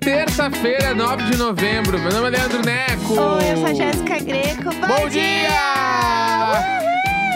terça-feira, 9 de novembro. Meu nome é Leandro Neco. Oi, eu sou a Jéssica Greco. Bom, Bom dia!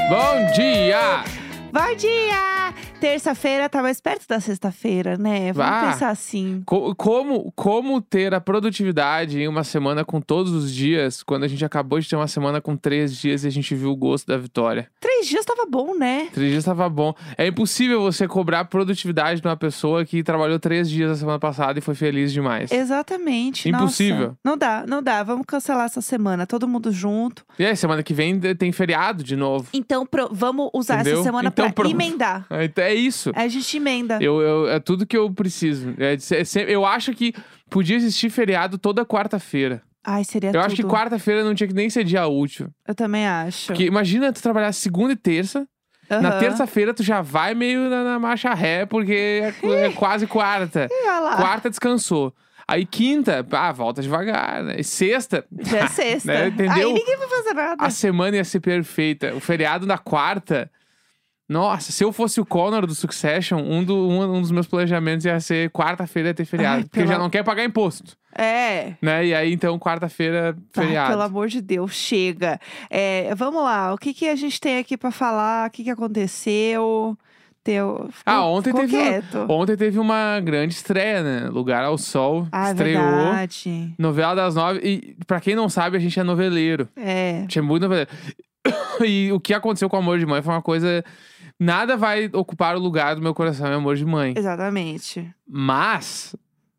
Bom dia! Bom dia! Terça-feira tá mais perto da sexta-feira, né? Vamos Ah. pensar assim. Co- Como, como ter a produtividade em uma semana com todos os dias, quando a gente acabou de ter uma semana com três dias e a gente viu o gosto da vitória? Três dias tava bom, né? Três dias tava bom. É impossível você cobrar produtividade de uma pessoa que trabalhou três dias na semana passada e foi feliz demais. Exatamente. Impossível. Nossa, não dá, não dá. Vamos cancelar essa semana, todo mundo junto. E aí, semana que vem tem feriado de novo. Então, pro- vamos usar Entendeu? essa semana Então, pra pronto. emendar. Então é isso. A gente emenda. Eu, eu- é tudo que eu preciso. É de ser- é sempre- eu acho que podia existir feriado toda quarta-feira. Ai, seria eu É tudo. É. acho que quarta-feira não tinha que nem ser dia útil. Eu também acho. Porque imagina tu trabalhar segunda e terça. Na Aham. terça-feira tu já vai meio na, na marcha ré, porque é, qu- é quase quarta. Ih, olha lá. Quarta descansou. Aí quinta, ah, volta devagar, né? E sexta, Já é sexta. Né, entendeu? Aí ninguém vai fazer nada. a semana ia ser perfeita. O feriado na quarta. Nossa, se eu fosse o Connor do Succession, um, do- um- um dos meus planejamentos ia ser quarta-feira ia ter feriado. Ai, porque pela- já não quer pagar imposto. É. né? E aí, então, quarta-feira, Tá, feriado. pelo amor de Deus, chega. É, vamos lá, o que, que a gente tem aqui pra falar? O que, que aconteceu? Teu... Ficou, Ah, ontem ficou teve uma- quieto. Ontem teve uma grande estreia, né? Lugar ao Sol. Ah, é estreou. verdade. Novela das nove. E pra quem não sabe, a gente é noveleiro. É. A gente é muito noveleiro. E o que aconteceu com o Amor de Mãe foi uma coisa. Nada vai ocupar o lugar do meu coração, é Amor de Mãe. Exatamente. Mas.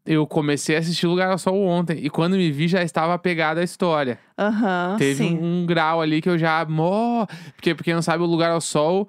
Eu comecei a assistir Lugar ao Sol ontem. E quando me vi, já estava apegado à história. Aham, Teve Ah, sim. um, um grau ali que eu já. Mó... Porque, porque não sabe o lugar ao sol.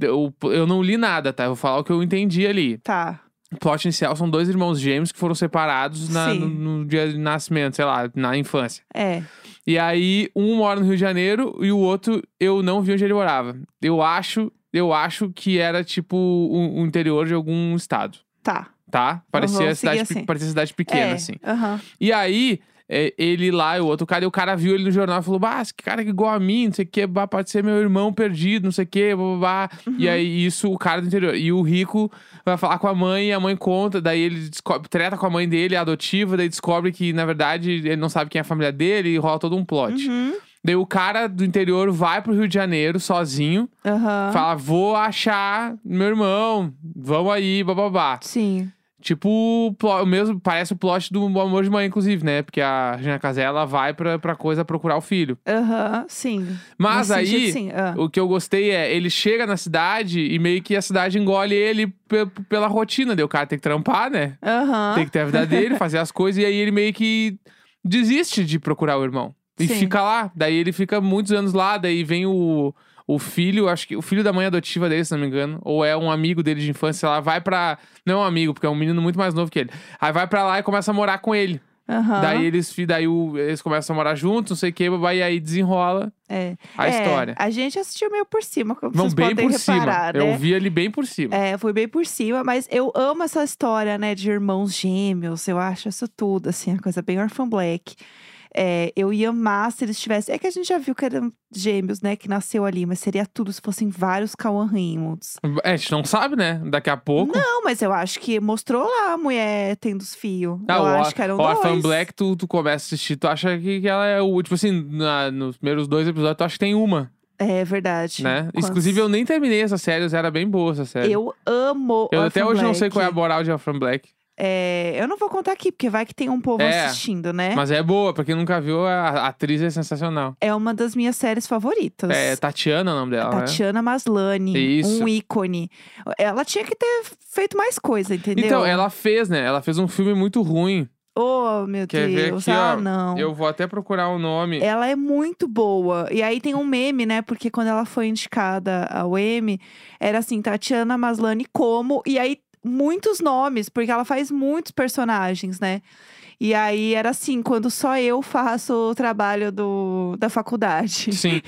Eu, eu não li nada, tá? Eu vou falar o que eu entendi ali. Tá. O plot inicial são dois irmãos gêmeos que foram separados na- Sim. no, no dia de nascimento, sei lá, na infância. É. E aí, um mora no Rio de Janeiro e o outro eu não vi onde ele morava. Eu acho, eu acho que era tipo o, o interior de algum estado, Tá. tá? Parecia, vamos cidade, seguir pe- assim. parecia cidade pequena, é. assim. Aham. E aí, é, ele lá e o outro cara, e o cara viu ele no jornal e falou: Bah, esse cara que igual a mim, não sei o que, bah, pode ser meu irmão perdido, não sei o que, blá, blá, blá." E Uhum. aí, isso, o cara do interior. E o rico vai falar com a mãe, e a mãe conta, daí ele descobre, treta com a mãe dele, é adotiva, daí descobre que, na verdade, ele não sabe quem é a família dele, e rola todo um plot. Uhum. Daí o cara do interior vai pro Rio de Janeiro sozinho, Aham. fala: Vou achar meu irmão, vamos aí, bababá. Sim. Tipo, o plo- o mesmo, parece o plot do Amor de Mãe, inclusive, né? Porque a Regina Casé, ela vai pra, pra coisa procurar o filho. Aham, sim. Mas Nesse aí, sentido, sim. Ah. o que eu gostei é, ele chega na cidade e meio que a cidade engole ele pe- pela rotina. Daí o cara tem que trampar, né? Aham. Tem que ter a vida dele, fazer as coisas. E aí ele meio que desiste de procurar o irmão. E Sim. fica lá. Daí ele fica muitos anos lá. Daí vem o, o filho, acho que o filho da mãe adotiva dele, se não me engano. Ou é um amigo dele de infância. Ela vai pra. Não é um amigo, porque é um menino muito mais novo que ele. Aí vai pra lá e começa a morar com ele. Aham. Daí eles, fi- daí o- eles começam a morar juntos, não sei o que, babá, e aí desenrola É. a É, história. A gente assistiu meio por cima, como Vão vocês bem podem por reparar, cima. né? Eu vi ele bem por cima. É, foi bem por cima, mas eu amo essa história, né, de irmãos gêmeos. Eu acho isso tudo, assim, a coisa bem Orphan Black. É, eu ia amar se eles tivessem. É que a gente já viu que eram gêmeos, né, que nasceu ali, mas seria tudo se fossem vários Cauan Raymonds. É, a gente não sabe, né? Daqui a pouco. Não, mas eu acho que mostrou lá a mulher tendo os fios. Ah, eu o acho Or- que eram Orphan dois. Black, tu, tu começa a assistir, tu acha que, que ela é o. Tipo assim, na- nos primeiros dois episódios, tu acha que tem uma, É verdade. né? Quantos- Inclusive, eu nem terminei essa série, mas era bem boa essa série. Eu amo Eu até Orphan hoje não sei Black. qual é a moral de Orphan Black, É, eu não vou contar aqui, porque vai que tem um povo É, assistindo, né? mas é boa, pra quem nunca viu, a, a atriz é sensacional. É uma das minhas séries favoritas. É Tatiana o nome dela, né? Tatiana Maslany, Isso. um ícone. Ela tinha que ter feito mais coisa, entendeu? Então, ela fez, né? Ela fez um filme muito ruim. Oh, meu Quer ver Deus. aqui, ah, ó, não. Eu vou até procurar o nome. Ela é muito boa. E aí tem um meme, né? Porque quando ela foi indicada ao M, era assim, Tatiana Maslany como, e aí muitos nomes, porque ela faz muitos personagens, né? E aí era assim, quando só eu faço o trabalho do, da faculdade. Sim.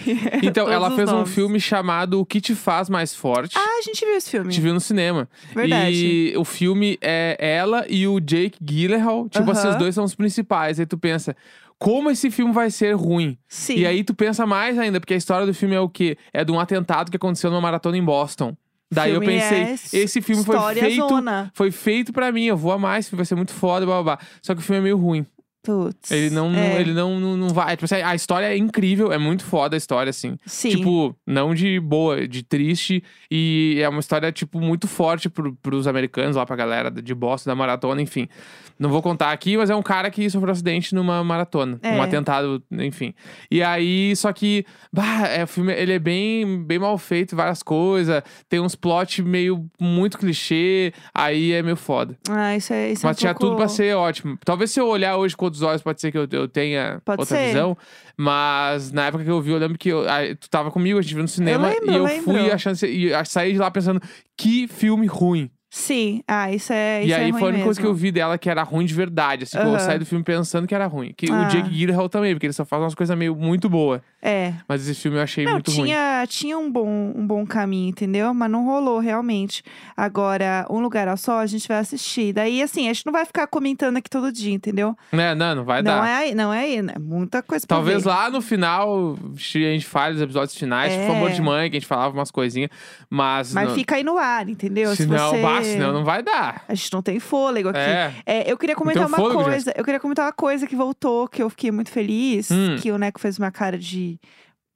Então, É, Todos ela os fez um nomes. filme chamado O Que Te Faz Mais Forte. Ah, a gente viu esse filme. Te viu no cinema. Verdade. E o filme é ela e o Jake Gyllenhaal. Tipo Aham. assim, os dois são os principais. Aí tu pensa, como esse filme vai ser ruim? Sim. E aí tu pensa mais ainda, porque a história do filme é o quê? É de um atentado que aconteceu numa maratona em Boston. Daí Filme eu pensei, é esse filme foi história feito, zona. foi feito pra mim, eu vou amar esse filme, vai ser muito foda, blá, blá, blá. Só que o filme é meio ruim. Putz. Ele não, não- É, ele não, não, não vai. Tipo, assim, a história é incrível, é muito foda a história, assim. Sim. Tipo, não de boa, de triste. E é uma história, tipo, muito forte pro, pros americanos lá, pra galera de Boston, da maratona, enfim. Não vou contar aqui, mas é um cara que sofreu um acidente numa maratona. É. Um atentado, enfim. E aí, só que, bah, é, o filme, ele é bem, bem mal feito, várias coisas. Tem uns plot meio, muito clichê. Aí é meio foda. Ah, isso é isso é Mas um tinha pouco- tudo pra ser ótimo. Talvez se eu olhar hoje com outros olhos, pode ser que eu, eu tenha Pode outra ser. visão. Mas na época que eu vi, eu lembro que eu- aí tu tava comigo, a gente viu no cinema. lembro, e eu lembro. fui achando. E a- saí de lá pensando, que filme ruim. Sim. Ah, isso é. e isso é aí ruim foi a única coisa que eu mesmo. vi dela que era ruim de verdade. Assim, que eu Aham. saí do filme pensando que era ruim. Que Ah. o Jake Gyllenhaal também, porque ele só faz umas coisas meio muito boa. É. Mas esse filme eu achei Não, muito ruim. tinha, tinha um, bom, um bom caminho, entendeu? Mas não rolou realmente. Agora, um lugar ao sol, a gente vai assistir. Daí, assim, a gente não vai ficar comentando aqui todo dia, entendeu? Né, não, não vai não dar. é aí, não é aí, né? Muita coisa pra Talvez ver. lá no final se a gente fale dos episódios finais, É. por favor de mãe, que a gente falava umas coisinhas. Mas. Mas não- fica aí no ar, entendeu? Se Se não, é você... bah, senão né? não vai dar. A gente não tem fôlego aqui. É. É, eu queria comentar tem uma fôlego, coisa. Eu queria comentar uma coisa que voltou, que eu fiquei muito feliz, Hum. que o Neco fez uma cara de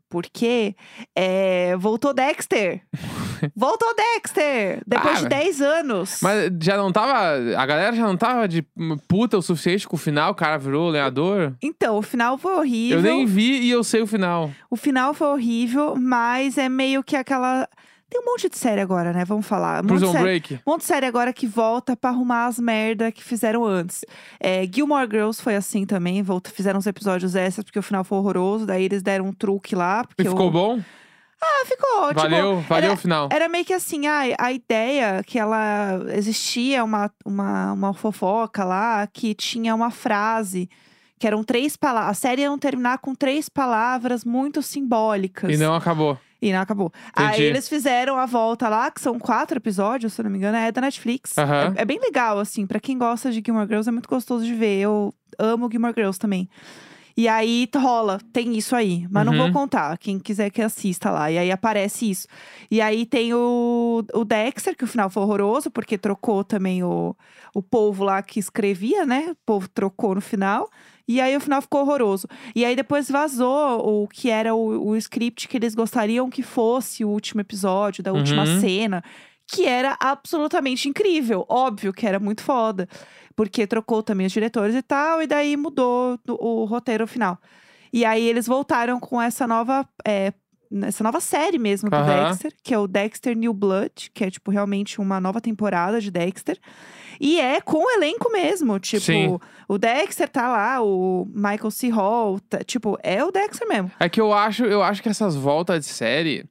por quê? É, voltou Dexter! voltou Dexter! Depois Ah, de mas- 10 anos. Mas já não tava. A galera já não tava de puta o suficiente com o final, o cara virou lenhador. Então, o final foi horrível. Eu nem vi e eu sei o final. O final foi horrível, mas é meio que aquela. Tem um monte de série agora, né? Vamos falar. Um monte de Prison série... Break. Um monte de série agora que volta pra arrumar as merda que fizeram antes. É, Gilmore Girls foi assim também, volta, fizeram uns episódios extras porque o final foi horroroso, daí eles deram um truque lá. E Porque ficou o... bom? Ah, ficou ótimo. valeu, valeu o era- final. Era meio que assim, ai, a, ideia que ela existia uma, uma, uma fofoca lá que tinha uma frase. Que eram três palavras. A série iam terminar com três palavras muito simbólicas. E não acabou. E não acabou. Aí Entendi. eles fizeram a volta lá, que são quatro episódios, se eu não me engano, é da Netflix. Aham. É, é bem legal, assim, pra quem gosta de Gilmore Girls, é muito gostoso de ver. Eu amo Gilmore Girls também. E aí t- rola, tem isso aí. Mas não Uhum. vou contar. Quem quiser que assista lá. E aí aparece isso. E aí tem o, o Dexter, que o final foi horroroso, porque trocou também o, o povo lá que escrevia, né? O povo trocou no final. E aí o final ficou horroroso. E aí depois vazou o que era o, o script que eles gostariam que fosse o último episódio, da última Uhum. cena. Que era absolutamente incrível. Óbvio que era muito foda. Porque trocou também os diretores e tal. E daí mudou do- o roteiro final. E aí eles voltaram com essa nova... é, essa nova série mesmo do Aham. Dexter, que é o Dexter New Blood, que é, tipo, realmente uma nova temporada de Dexter. E é com o elenco mesmo. Tipo, Sim. o Dexter tá lá, o Michael C. Hall. tá- tipo, é o Dexter mesmo. É que eu acho, eu acho que essas voltas de série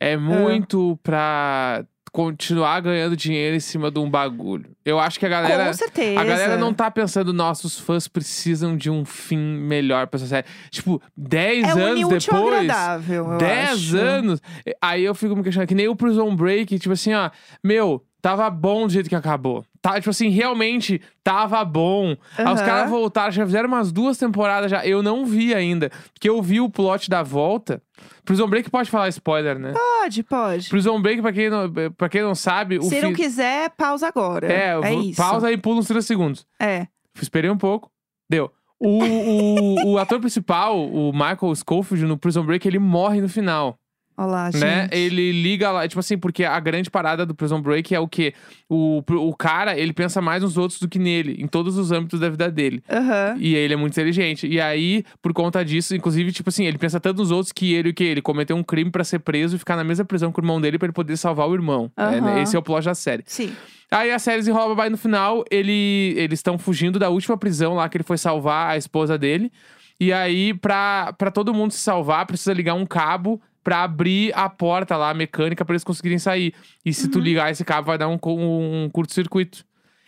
é Ah. muito pra continuar ganhando dinheiro em cima de um bagulho. Eu acho que a galera. com certeza. A galera não tá pensando, nossos fãs precisam de um fim melhor pra essa série. Tipo, 10 é anos unir útil ao depois. agradável, eu 10 acho. anos. Aí eu fico me questionando, que nem o Prison Break, tipo assim, ó, meu, tava bom do jeito que acabou. Tá, tipo assim, realmente tava bom. Aí Ah, os Aham. caras voltaram, já fizeram umas duas temporadas já. Eu não vi ainda. Porque eu vi o plot da volta. Prison Break pode falar spoiler, né? Pode, pode. Prison Break, pra quem não, pra quem não sabe, o Se não fi- quiser, pausa agora. É, eu vou- isso. pausa e pula uns 3 segundos. É. Esperei um pouco. Deu. O, o, o ator principal, o Michael Schofield, no Prison Break, ele morre no final. Olha lá, Ah, gente. Né? Ele liga lá, tipo assim, porque a grande parada do Prison Break é o quê? O, o cara, ele pensa mais nos outros do que nele, em todos os âmbitos da vida dele. Aham. E ele é muito inteligente. E aí, por conta disso, inclusive, tipo assim, ele pensa tanto nos outros que ele, o que ele cometeu um crime pra ser preso e ficar na mesma prisão que o irmão dele pra ele poder salvar o irmão. É, Aham. esse é o plot da série. Sim. Aí a série desenrola babai no final. Ele, eles estão fugindo da última prisão lá que ele foi salvar a esposa dele. E aí, pra, pra todo mundo se salvar, precisa ligar um cabo pra abrir a porta lá, a mecânica, pra eles conseguirem sair. E se tu Uhum. ligar esse cabo, vai dar um, co- um curto-circuito.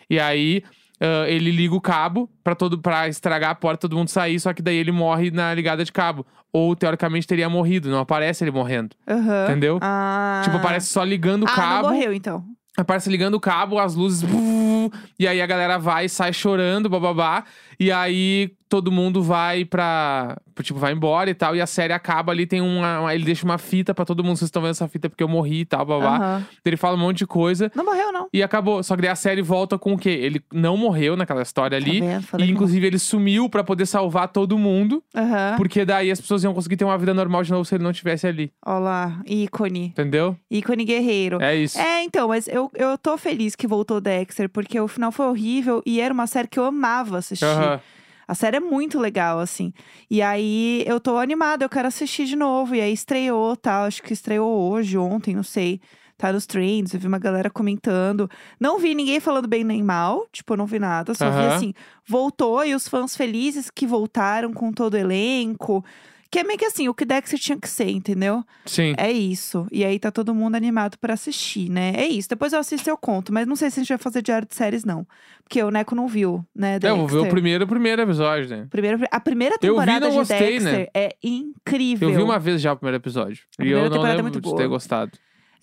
E aí, ah, ele liga o cabo pra, todo, pra estragar a porta, todo mundo sair. Só que daí ele morre na ligada de cabo. Ou, teoricamente, teria morrido. Não aparece ele morrendo, Aham. entendeu? Ah. Tipo, aparece só ligando o ah, cabo. não morreu, então. Aparece ligando o cabo, as luzes. buf, E aí a galera vai, sai chorando, bababá. E aí todo mundo vai pra, Tipo, vai embora e tal. E a série acaba ali, tem uma. uma- ele deixa uma fita pra todo mundo. Vocês estão vendo essa fita porque eu morri e tal, babá. Aham. Ele fala um monte de coisa Não morreu, não. e acabou. Só que daí a série volta com o quê? Ele não morreu naquela história ali. Tá vendo? Falei E que não. inclusive ele sumiu pra poder salvar todo mundo, Aham. porque daí as pessoas iam conseguir ter uma vida normal de novo se ele não estivesse ali, Ó lá, ícone. entendeu? Ícone guerreiro. É isso. É, então, mas eu, eu tô feliz que voltou Dexter, porque o final foi horrível e era uma série que eu amava assistir. Aham. A série é muito legal, assim. E aí eu tô animada, eu quero assistir de novo. E aí estreou, tá? Acho que estreou hoje, ontem, não sei. Tá nos trends, eu vi uma galera comentando. Não vi ninguém falando bem nem mal, tipo, eu não vi nada. Só vi Aham. assim, voltou e os fãs felizes que voltaram com todo o elenco. Que é meio que assim, o que Dexter tinha que ser, entendeu? Sim. É isso. E aí tá todo mundo animado pra assistir, né? É isso. Depois eu assisto e eu conto. Mas não sei se a gente vai fazer diário de séries, não. Porque o Neco não viu, né? É, eu vou ver o Dexter? primeiro, o primeiro episódio, né? Primeiro- a primeira Eu vi, temporada não de gostei, Dexter né? é incrível. Eu vi uma vez já o primeiro episódio. A E primeira eu não temporada é lembro muito de boa. ter gostado.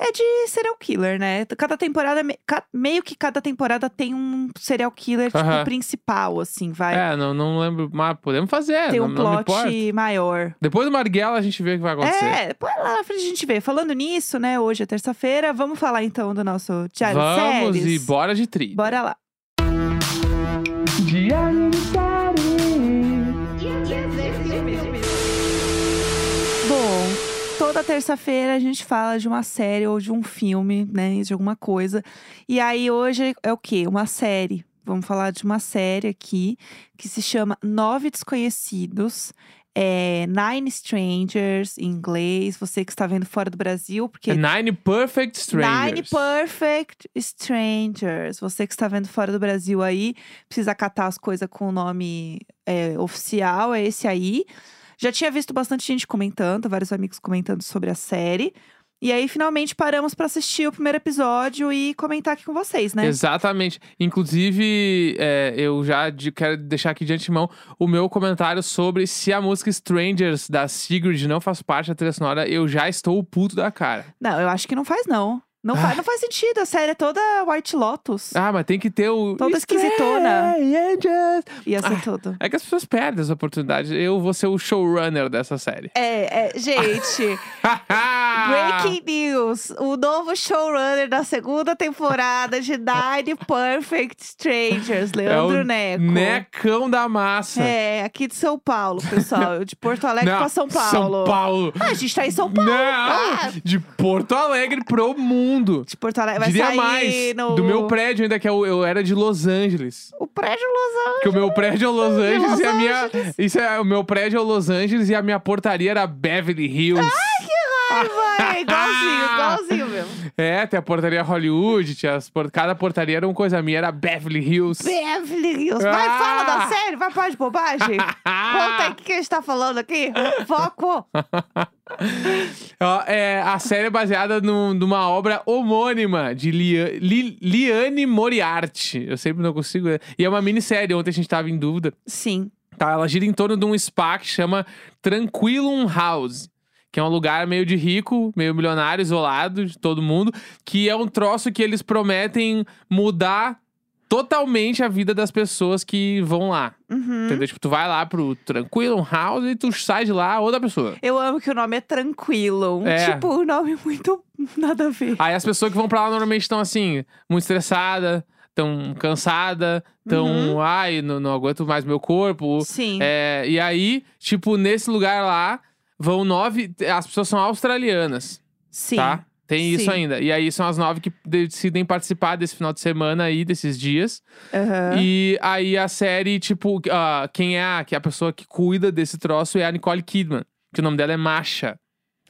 É de serial killer, né? Cada temporada, me- ca- meio que cada temporada tem um serial killer, tipo, Aham. principal, assim, vai. É, não, não lembro. Mas podemos fazer. Tem É, não, um não me importa. plot maior. Depois do Marighella a gente vê o que vai acontecer. É, põe lá na frente a gente vê. Falando nisso, né? Hoje é terça-feira. Vamos falar então do nosso diário Vamos de séries. e bora de trilha. Bora lá. Diário de séries. Bom, toda terça-feira a gente fala de uma série ou de um filme, né? De alguma coisa. E aí hoje é o quê? Uma série. Vamos falar de uma série aqui que se chama Nove Desconhecidos. É Nine Strangers em inglês. Você que está vendo fora do Brasil, porque. Nine Perfect Strangers. Nine Perfect Strangers. Você que está vendo fora do Brasil aí, precisa catar as coisas com o nome é, oficial, é esse aí. Já tinha visto bastante gente comentando, vários amigos comentando sobre a série. E aí, finalmente, paramos para assistir o primeiro episódio e comentar aqui com vocês, né? Exatamente. Inclusive, é, eu já de- quero deixar aqui de antemão o meu comentário sobre se a música Strangers da Sigrid não faz parte da trilha sonora, eu já estou puto da cara. Não, eu acho que não faz, não. Não, fa- Ah. não faz sentido, a série é toda White Lotus. Ah, mas tem que ter o. Toda esquisitona. Strangers. Ia ser Ah. assim, tudo. É que as pessoas perdem essa oportunidade. Eu vou ser o showrunner dessa série. É, é, gente. Breaking news! O novo showrunner da segunda temporada de Nine Perfect Strangers, Leandro é o Neco. Necão da massa. É, aqui de São Paulo, pessoal. De Porto Alegre Não, pra São Paulo. São Paulo. Ah, a gente tá em São Paulo. Não, Ah, de Porto Alegre pro mundo. de Porto Alegre. Vai Diria sair mais, no... do meu prédio ainda que eu, eu era de Los Angeles. O prédio Los Angeles. Que o meu prédio é Los Angeles Los e a minha... Isso é, o meu prédio é Los Angeles e a minha portaria era Beverly Hills. Ah! Ai, vai, igualzinho, igualzinho mesmo. É, tem a portaria Hollywood, tinha as por- cada portaria era uma coisa minha, era Beverly Hills. Beverly Hills. Vai, Ah! fala da série, vai parar de bobagem. Conta aí o que que a gente tá falando aqui. Foco. Ó, é, a série é baseada num- numa obra homônima de Lia- Li- Liane Moriarty. Eu sempre não consigo. E é uma minissérie, ontem a gente tava em dúvida. Sim. Tá, ela gira em torno de um spa que chama Tranquilum House. Que é um lugar meio de rico, meio milionário, isolado de todo mundo. Que é um troço que eles prometem mudar totalmente a vida das pessoas que vão lá. Uhum. Entendeu? Tipo, tu vai lá pro Tranquilum House e tu sai de lá outra pessoa. Eu amo que o nome é Tranquilo. É. Tipo, um nome muito nada a ver. Aí as pessoas que vão pra lá normalmente estão assim, muito estressada, tão cansada, tão, ai, não, não aguento mais meu corpo. Uhum. Sim. É, e aí, tipo, nesse lugar lá, vão nove. As pessoas são australianas, Sim. tá? Tem Sim. isso ainda. E aí são as nove que decidem participar desse final de semana aí, desses dias. Aham. E aí a série, tipo, ah, quem é a, que a pessoa que cuida desse troço é a Nicole Kidman. Que o nome dela é Masha,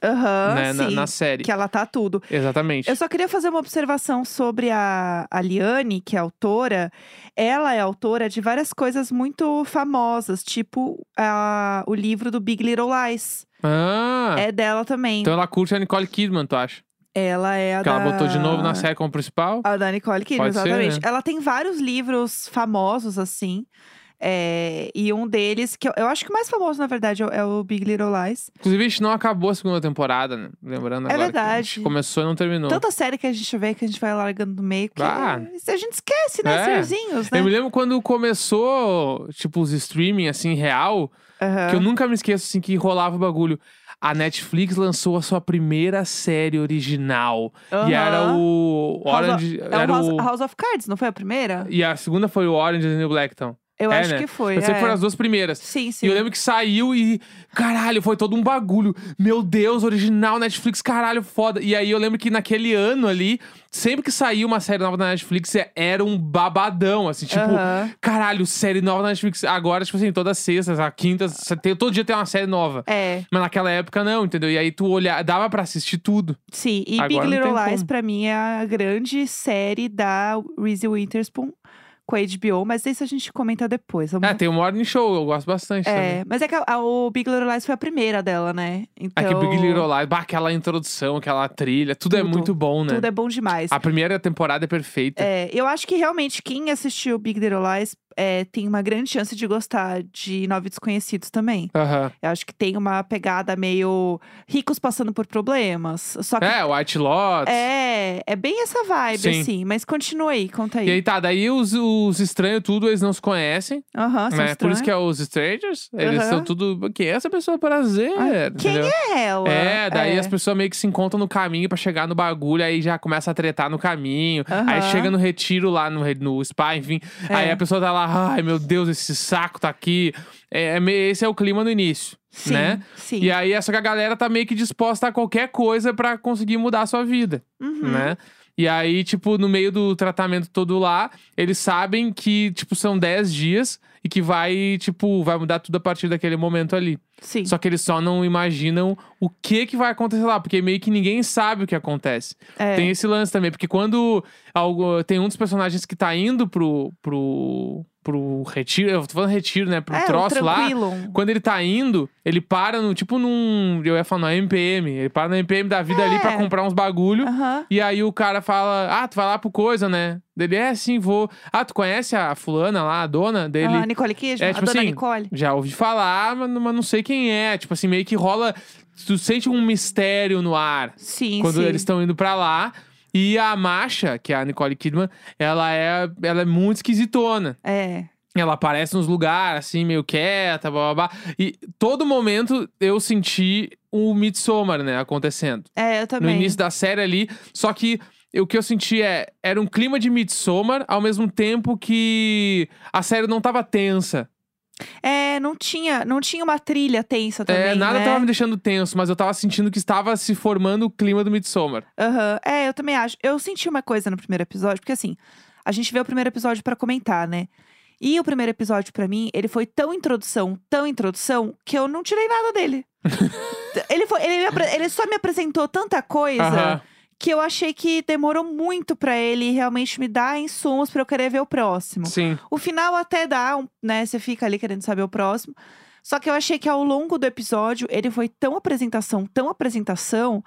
Aham, né? Na, Ah, sim. na série. Que ela tá tudo. Exatamente. Eu só queria fazer uma observação sobre a, a Liane, que é autora. Ela é autora de várias coisas muito famosas, tipo a- o livro do Big Little Lies. Ah! É dela também. Então ela curte a Nicole Kidman, tu acha? Ela é a Que ela da... botou de novo na série como principal? A da Nicole Kidman, Pode ser, exatamente. né? Ela tem vários livros famosos, assim. É, e um deles, que eu, eu acho que o mais famoso, na verdade, é o- é o Big Little Lies. Inclusive, a gente não acabou a segunda temporada, né? Lembrando É agora. que A verdade. Então gente começou e não terminou. Tanta série que a gente vê que a gente vai largando no meio que Ah. a gente esquece, né? É. Serzinhos, né? Eu me lembro quando começou, tipo, os streaming, assim, real, Aham. que eu nunca me esqueço, assim, que rolava o bagulho. A Netflix lançou a sua primeira série original. E era Aham. o House of- Orange... É o era House, o... House of Cards, não foi a primeira? E a segunda foi o Orange and the New Black, então. Eu É, acho né? que foi. Eu sei é. que foram as duas primeiras. Sim, sim. E eu lembro que saiu e. Caralho, foi todo um bagulho. Meu Deus, original, Netflix, caralho, foda. E aí eu lembro que naquele ano ali, sempre que saiu uma série nova na Netflix, é- era um babadão, assim, tipo. Aham. Caralho, série nova na Netflix. Agora, tipo assim, toda sexta, a quinta, se- tem- todo dia tem uma série nova. É, Mas naquela época não, entendeu? E aí tu olhava, dava pra assistir tudo. sim. E Agora Big não tem Little Lies, como. pra mim, é a grande série da Reese Witherspoon com a HBO, mas isso a gente comenta depois. Vamos... É, tem o Morning Show, eu gosto bastante. também. É, mas é que a- a- o Big Little Lies foi a primeira dela, né? Então, Aquele Big Little Lies, bah, aquela introdução, aquela trilha, tudo, é Tudo. muito bom, né? tudo é bom demais. A primeira temporada é perfeita. É, eu acho que realmente quem assistiu Big Little Lies é, tem uma grande chance de gostar de Nove Desconhecidos também. Aham. Eu acho que tem uma pegada meio ricos passando por problemas. Só que É, White Lotus. é, é bem essa vibe, Sim. assim. Mas continua aí, conta E aí. aí tá, daí os, os estranhos tudo, eles não se conhecem, Aham, são né? Por isso que estranhos. é os strangers. Eles Aham. são tudo... Quem é essa pessoa? Prazer. Ah, quem entendeu? é ela? É, daí É. as pessoas meio que se encontram no caminho pra chegar no bagulho, aí já começa a tretar no caminho. Aí Aham. chega no retiro lá no, re- no spa, enfim. É. Aí a pessoa tá lá, ai meu Deus, esse saco tá aqui. É, é meio- esse é o clima no início. Sim, né? sim. E aí é só que a galera tá meio que disposta a qualquer coisa pra conseguir mudar a sua vida. Uhum. né? E aí, tipo, no meio do tratamento todo lá, eles sabem que, tipo, são 10 dias e que vai, tipo, vai mudar tudo a partir daquele momento ali. Sim. Só que eles só não imaginam o que que vai acontecer lá, porque meio que ninguém sabe o que acontece. É. Tem esse lance também, porque quando algo, tem um dos personagens que tá indo pro, pro, pro retiro, eu tô falando retiro, né, pro é, o troço lá, Tranquilon. quando ele tá indo, ele para no, tipo, num, eu ia falar, na MPM, ele para na MPM da vida ali pra É. comprar uns bagulho. Aham. E aí o cara fala, ah, tu vai lá pro coisa, né? Dele, é sim, vou. Ah, tu conhece a fulana lá, a dona dele? A Nicole Kidman, É, tipo a dona assim, Nicole. Já ouvi falar, mas, mas não sei quem é. Tipo assim, meio que rola. Tu sente um mistério no ar Sim, quando sim. eles estão indo pra lá. E a Masha, que é a Nicole Kidman, ela é, ela é muito esquisitona. É. Ela aparece nos lugares, assim, meio quieta, blá blá blá. E todo momento eu senti o Midsommar, né, acontecendo É, eu no também. início da série ali. Só que o que eu senti é. Era um clima de Midsommar, ao mesmo tempo que a série não tava tensa. É, não tinha, não tinha uma trilha tensa também, é, nada né? tava me deixando tenso, mas eu tava sentindo que estava se formando o clima do Midsommar. Aham. É, eu também acho. Eu senti uma coisa no primeiro episódio, porque assim, a gente vê o primeiro episódio pra comentar, né? E o primeiro episódio, pra mim, ele foi tão introdução, tão introdução, que eu não tirei nada dele. ele, foi, ele, me apre- ele só me apresentou tanta coisa Aham. que eu achei que demorou muito pra ele realmente me dar insumos pra eu querer ver o próximo. Sim. O final até dá, um- né? Você fica ali querendo saber o próximo. Só que eu achei que ao longo do episódio ele foi tão apresentação, tão apresentação,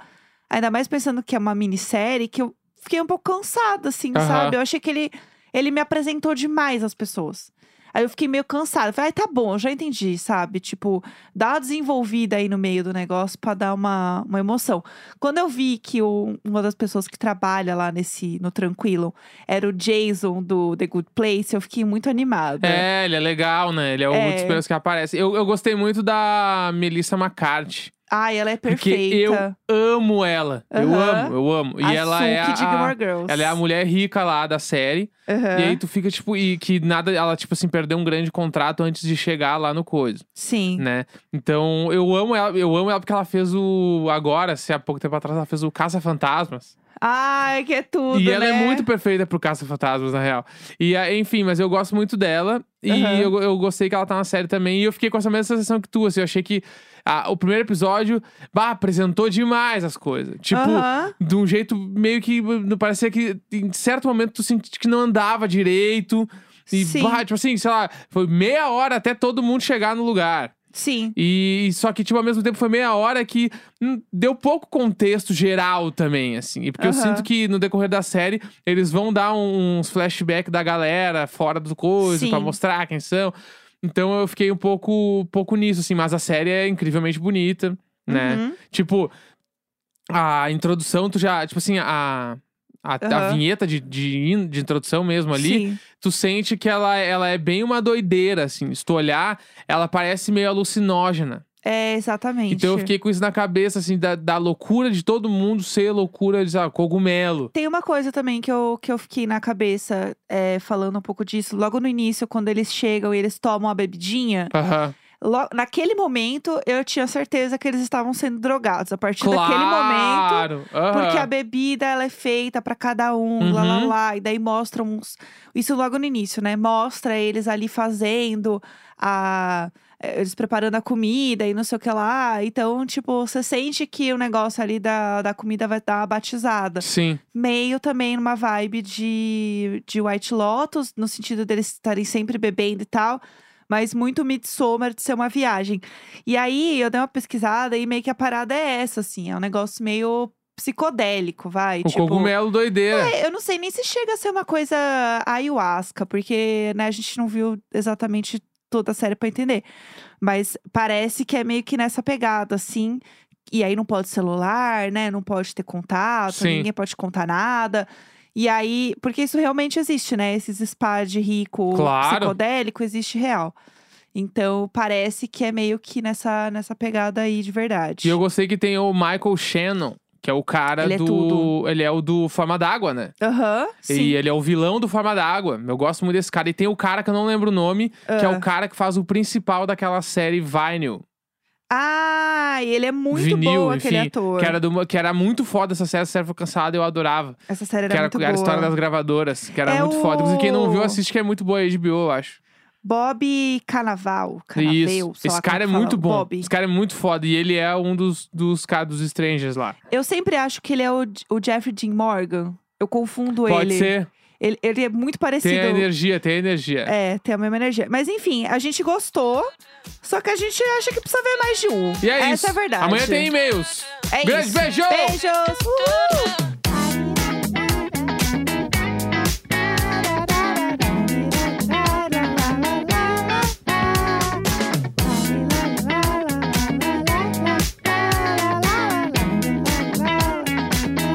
ainda mais pensando que é uma minissérie, que eu fiquei um pouco cansada, assim, Aham. sabe? Eu achei que ele, ele me apresentou demais às pessoas. Aí eu fiquei meio cansada. Falei, ai, tá bom, eu já entendi, sabe? Tipo, dá uma desenvolvida aí no meio do negócio pra dar uma, uma emoção. Quando eu vi que o- uma das pessoas que trabalha lá nesse no Tranquilo era o Jason do The Good Place, eu fiquei muito animada. É, ele é legal, né? Ele é, um É. dos primeiros que aparece. Eu, eu gostei muito da Melissa McCarthy. Ai, ela é Porque eu perfeita. amo ela. Eu Aham. amo, eu amo. E a ela Suki é. de a- Gilmore Girls. Ela é a mulher rica lá da série. Aham. E aí tu fica, tipo, e que nada, ela, tipo assim, perdeu um grande contrato antes de chegar lá no coisa, Sim. né? Então, eu amo ela, eu amo ela porque ela fez o. Agora, se há pouco tempo atrás, ela fez o Caça-Fantasmas. Ai, que é tudo, E ela né? é muito perfeita pro Caça-Fantasmas, na real. E, ah, enfim, mas eu gosto muito dela. E Aham. eu, eu gostei que ela tá na série também. E eu fiquei com essa mesma sensação que tu, assim. Eu achei que ah, o primeiro episódio, bah, apresentou demais as coisas. Tipo, Aham. de um jeito meio que não parecia que em certo momento tu sentia que não andava direito e Sim. bah, tipo assim, sei lá, foi meia hora até todo mundo chegar no lugar. Sim. E só que tipo ao mesmo tempo foi meia hora que hum, deu pouco contexto geral também, assim. E porque eu Aham. sinto que no decorrer da série um, eles vão dar uns flashback da galera fora do coisa Sim. pra mostrar quem são. Então eu fiquei um pouco, pouco nisso, assim. Mas a série é incrivelmente bonita, né? Uhum. Tipo, a introdução, tu já. Tipo assim, a. A, a Aham. vinheta de, de, in- de introdução mesmo ali, Sim. tu sente que ela, ela é bem uma doideira, assim. Se tu olhar, ela parece meio alucinógena. É, exatamente. Então eu fiquei com isso na cabeça, assim, da, da loucura de todo mundo ser loucura de sei lá, cogumelo. Tem uma coisa também que eu, que eu fiquei na cabeça, é, falando um pouco disso. Logo no início, quando eles chegam e eles tomam a bebidinha, Aham. lo- naquele momento eu tinha certeza que eles estavam sendo drogados. A partir daquele momento, Claro. aham. Porque a bebida ela é feita pra cada um, lá, lá, Uhum. lá. E daí mostram uns. Isso logo no início, né? Mostra eles ali fazendo, a... eh, eles preparando a comida e não sei o que lá. Então, tipo, você sente que o negócio ali da, da comida vai dar uma batizada. Sim. Meio também numa vibe de, de White Lotus, no sentido deles estarem sempre bebendo e tal. Mas muito Midsommar de ser uma viagem. E aí, eu dei uma pesquisada e meio que a parada é essa, assim. É um negócio meio psicodélico, vai. O tipo, cogumelo doideira. é, eu não sei nem se chega a ser uma coisa ayahuasca, porque né, a gente não viu exatamente toda a série pra entender. Mas parece que é meio que nessa pegada, assim. E aí não pode celular, né? Não pode ter contato, Sim. ninguém pode contar nada. E aí, porque isso realmente existe, né? Esses spa de rico Claro. psicodélico existe real. Então parece que é meio que nessa, nessa pegada aí de verdade. E eu gostei que tem o Michael Shannon, que é o cara Ele é do. tudo. ele é o do Forma d'Água, né? Aham, sim. E ele é o vilão do Forma d'Água. Eu gosto muito desse cara. E tem o cara que eu não lembro o nome, que é o cara que faz o principal daquela série Vinyl. Ah, e ele é muito Vinil, bom aquele enfim, ator. Que era, do- que era muito foda essa série, essa série foi cansada, eu adorava. Essa série era que era, muito era a boa. história das gravadoras, que era É muito foda. Inclusive, quem não viu, o- assiste que é muito boa a HBO, eu acho. Bob Canaval. Canaveu, sei Isso. lá Esse como cara é que fala, muito bom. Bob. Esse cara é muito foda. E ele é um dos, dos caras dos Strangers lá. Eu sempre acho que ele é o, o Jeffrey Dean Morgan. Eu confundo Pode ele. ser. ele. Ele é muito parecido. Tem a energia, tem a energia. É, tem a mesma energia. Mas enfim, a gente gostou. Só que a gente acha que precisa ver mais de um. E é Essa isso. é a verdade. Amanhã tem e-mails. É Grande isso. beijo! Beijo!